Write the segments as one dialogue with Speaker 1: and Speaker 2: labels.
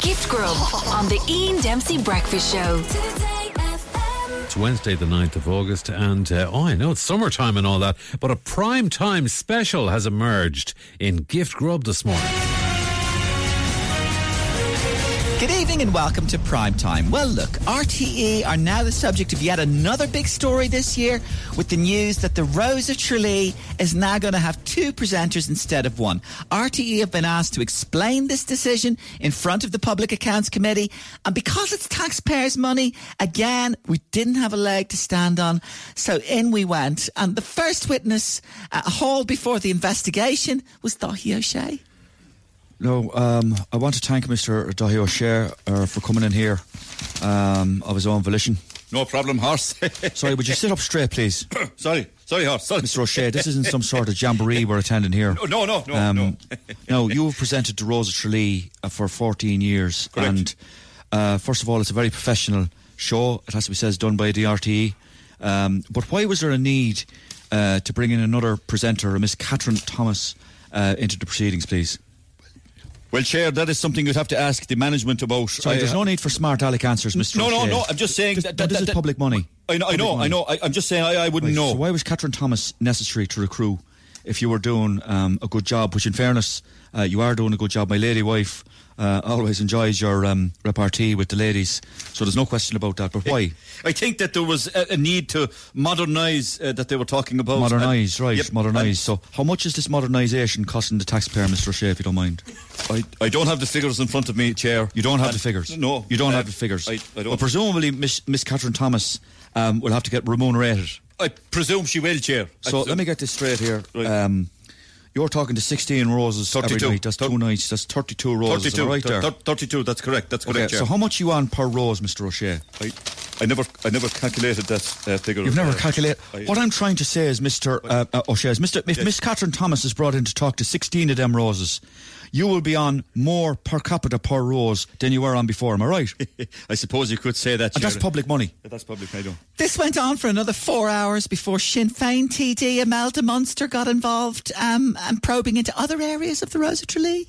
Speaker 1: Shift Grub on the Ian Dempsey Breakfast Show.
Speaker 2: Today FM.
Speaker 3: It's Wednesday, the 9th of August, and uh, oh, I know it's summertime and all that, but a prime time special has emerged in Gift Grub this morning.
Speaker 4: Good evening and welcome to Prime Time. Well, look, RTE are now the subject of yet another big story this year with the news that the Rose of Tralee is now going to have two presenters instead of one. RTE have been asked to explain this decision in front of the Public Accounts Committee, and because it's taxpayers' money, again, we didn't have a leg to stand on, so in we went. And the first witness uh, hauled before the investigation was Dahi O'Shea.
Speaker 5: No, um, I want to thank Mr. Dahi O'Shea uh, for coming in here um, of his own volition.
Speaker 6: No problem, horse.
Speaker 5: Sorry, would you sit up straight, please?
Speaker 6: sorry, sorry, horse. Sorry.
Speaker 5: Mr. O'Shea, this isn't some sort of jamboree we're attending here. Um,
Speaker 6: No, no, no, no.
Speaker 5: no, you have presented to Rosa Tralee uh, for 14 years.
Speaker 6: Correct.
Speaker 5: And uh, first of all, it's a very professional show. It has to be said, it's done by DRTE. Um, but why was there a need uh, to bring in another presenter, Miss Catherine Thomas, uh, into the proceedings, please?
Speaker 6: Well, Chair, that is something you'd have to ask the management about.
Speaker 5: Sorry,
Speaker 6: I-
Speaker 5: there's no need for smart aleck answers, Mr.
Speaker 6: uh, No, no,
Speaker 5: O'Shea.
Speaker 6: no, I'm just saying
Speaker 5: Just-
Speaker 6: that-
Speaker 5: no,
Speaker 6: that-
Speaker 5: this is
Speaker 6: that-
Speaker 5: public money.
Speaker 6: I know, I know, I
Speaker 5: Public money.
Speaker 6: know. I, I'm just saying I, I wouldn't
Speaker 5: Right,
Speaker 6: know.
Speaker 5: So why was Catherine Thomas necessary to recruit if you were doing um, a good job? Which, in fairness, uh, you are doing a good job. My lady wife uh, always enjoys your um, repartee with the ladies, so there's no question about that. But why?
Speaker 6: I think that there was a, a need to modernise uh, that they were talking about.
Speaker 5: Modernise,
Speaker 6: And-
Speaker 5: right?
Speaker 6: Yep,
Speaker 5: modernise. So, how much is this modernisation costing the taxpayer, Mr. O'Shea, if you don't mind?
Speaker 6: and I, I don't have the figures in front of me, Chair.
Speaker 5: You don't have
Speaker 6: And-
Speaker 5: the figures.
Speaker 6: No.
Speaker 5: you don't
Speaker 6: uh,
Speaker 5: have the figures.
Speaker 6: I, I don't.
Speaker 5: But presumably, Miss, Miss Catherine Thomas um, will have to get remunerated.
Speaker 6: I presume she will, Chair. uh,
Speaker 5: So
Speaker 6: I presume-
Speaker 5: let me get this straight here.
Speaker 6: Right.
Speaker 5: Um, you're talking to 16 roses every
Speaker 6: 32.
Speaker 5: night. That's two nights. That's 32 roses.
Speaker 6: 32,
Speaker 5: am I right there.
Speaker 6: thir- thir- 32, that's correct, that's
Speaker 5: okay,
Speaker 6: correct, Chair.
Speaker 5: so how much you on per rose, Mr. O'Shea?
Speaker 6: I, I never, I never calculated that uh, figure.
Speaker 5: You've never
Speaker 6: uh,
Speaker 5: calculated.
Speaker 6: I-
Speaker 5: What I'm trying to say is, Mr. Uh, uh, O'Shea, is Mr. If
Speaker 6: Yes.
Speaker 5: Miss Catherine Thomas is brought in to talk to 16 of them roses, you will be on more per capita per rose than you were on before. Am I right? and
Speaker 6: I suppose you could say that. Chair.
Speaker 5: that's public money.
Speaker 6: That's public. I don't.
Speaker 4: This went on for another four hours before Sinn Féin TD Imelda Munster got involved um, and probing into other areas of the Rosa Tralee.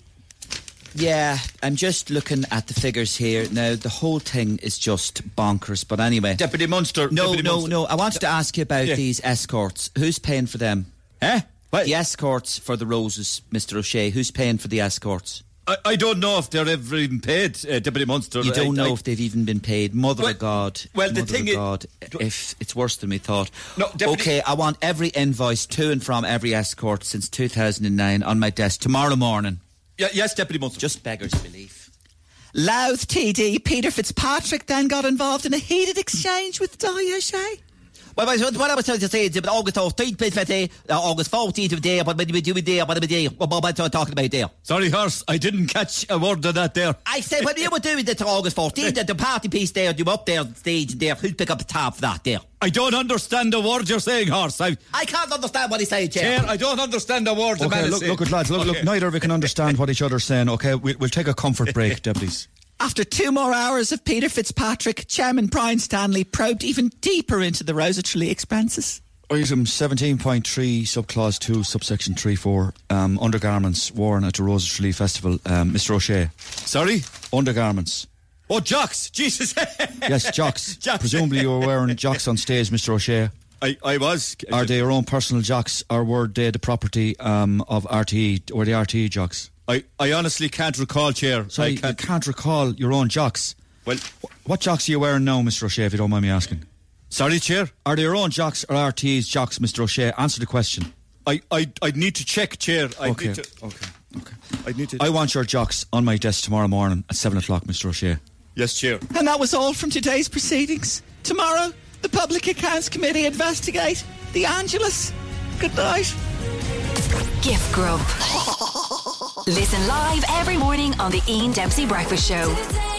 Speaker 7: Yeah, I'm just looking at the figures here. Now, the whole thing is just bonkers, but anyway.
Speaker 6: Deputy Munster.
Speaker 7: no,
Speaker 6: Deputy
Speaker 7: no,
Speaker 6: Munster.
Speaker 7: no. I wanted to ask you about
Speaker 6: Yeah.
Speaker 7: these escorts. Who's paying for them?
Speaker 6: Eh? What?
Speaker 7: The escorts for the roses, Mr. O'Shea. Who's paying for the escorts?
Speaker 6: I, I don't know if they're ever even paid, uh, Deputy Munster.
Speaker 7: You don't
Speaker 6: I-
Speaker 7: know
Speaker 6: I-
Speaker 7: if they've even been paid. Mother
Speaker 6: Well-
Speaker 7: of God.
Speaker 6: well, the
Speaker 7: Mother
Speaker 6: thing
Speaker 7: of
Speaker 6: is-
Speaker 7: God, if it's worse than we thought.
Speaker 6: No, Deputy-
Speaker 7: okay, I want every invoice to and from every escort since 2009 on my desk tomorrow morning.
Speaker 6: Yeah, yes, Deputy Munster.
Speaker 7: Just beggars belief.
Speaker 4: Louth TD Peter Fitzpatrick then got involved in a heated exchange with Dahi O'Shea.
Speaker 7: Well, well, so what I was trying to say is about August 13th, 2020, uh, August 14th of day, but we do it there, but we do what what- what I'm talking about there.
Speaker 6: Sorry, horse. I didn't catch
Speaker 5: uh,
Speaker 6: a word of that there.
Speaker 7: I said, when we were doing it to August 14th, at the party piece there, you were up there on stage there, who'd pick up the tab for that there?
Speaker 6: I don't understand the word you're saying, horse. I,
Speaker 7: I can't understand what he's saying, Chair.
Speaker 6: Chair, I don't understand the word the man
Speaker 5: Okay,
Speaker 6: is
Speaker 5: look,
Speaker 6: saying.
Speaker 5: look, at lads. Look, look, neither of you can understand what each other's saying. Okay, we'll, we'll take a comfort break, deputies.
Speaker 4: After two more hours of Peter Fitzpatrick, Chairman Brian Stanley probed even deeper into the Rosa Tralee expenses.
Speaker 5: Item 17.3, subclause 2, subsection 3 4, um, undergarments worn at the Rose of Tralee Festival. Um, Mr. O'Shea,
Speaker 6: Sorry?
Speaker 5: undergarments.
Speaker 6: Oh, jocks. Jesus.
Speaker 5: Yes, jocks.
Speaker 6: Jocks.
Speaker 5: Presumably you were wearing jocks on stage, Mr. O'Shea.
Speaker 6: I, I was.
Speaker 5: Are they your own personal jocks or were they the property um, of RTE? Were they RTE jocks?
Speaker 6: I, I honestly can't recall, Chair.
Speaker 5: Sorry,
Speaker 6: I
Speaker 5: I
Speaker 6: can't.
Speaker 5: can't, recall your own jocks.
Speaker 6: Well-
Speaker 5: Wh- what jocks are you wearing now, Mr. O'Shea, if you don't mind me asking?
Speaker 6: Sorry, Chair.
Speaker 5: Are they your own jocks or RTE's jocks, Mr. O'Shea? Answer the question.
Speaker 6: I, I, I need to check, Chair. I
Speaker 5: Okay,
Speaker 6: Need to,
Speaker 5: okay, okay.
Speaker 6: I need to.
Speaker 5: I want your jocks on my desk tomorrow morning at 7 o'clock, Mr. O'Shea.
Speaker 6: yes, Chair.
Speaker 4: And that was all from today's proceedings. Tomorrow, the Public Accounts Committee investigate the Angelus. Good night.
Speaker 1: Gift Grub. Listen live every morning on the Ian Dempsey Breakfast Show.
Speaker 2: Today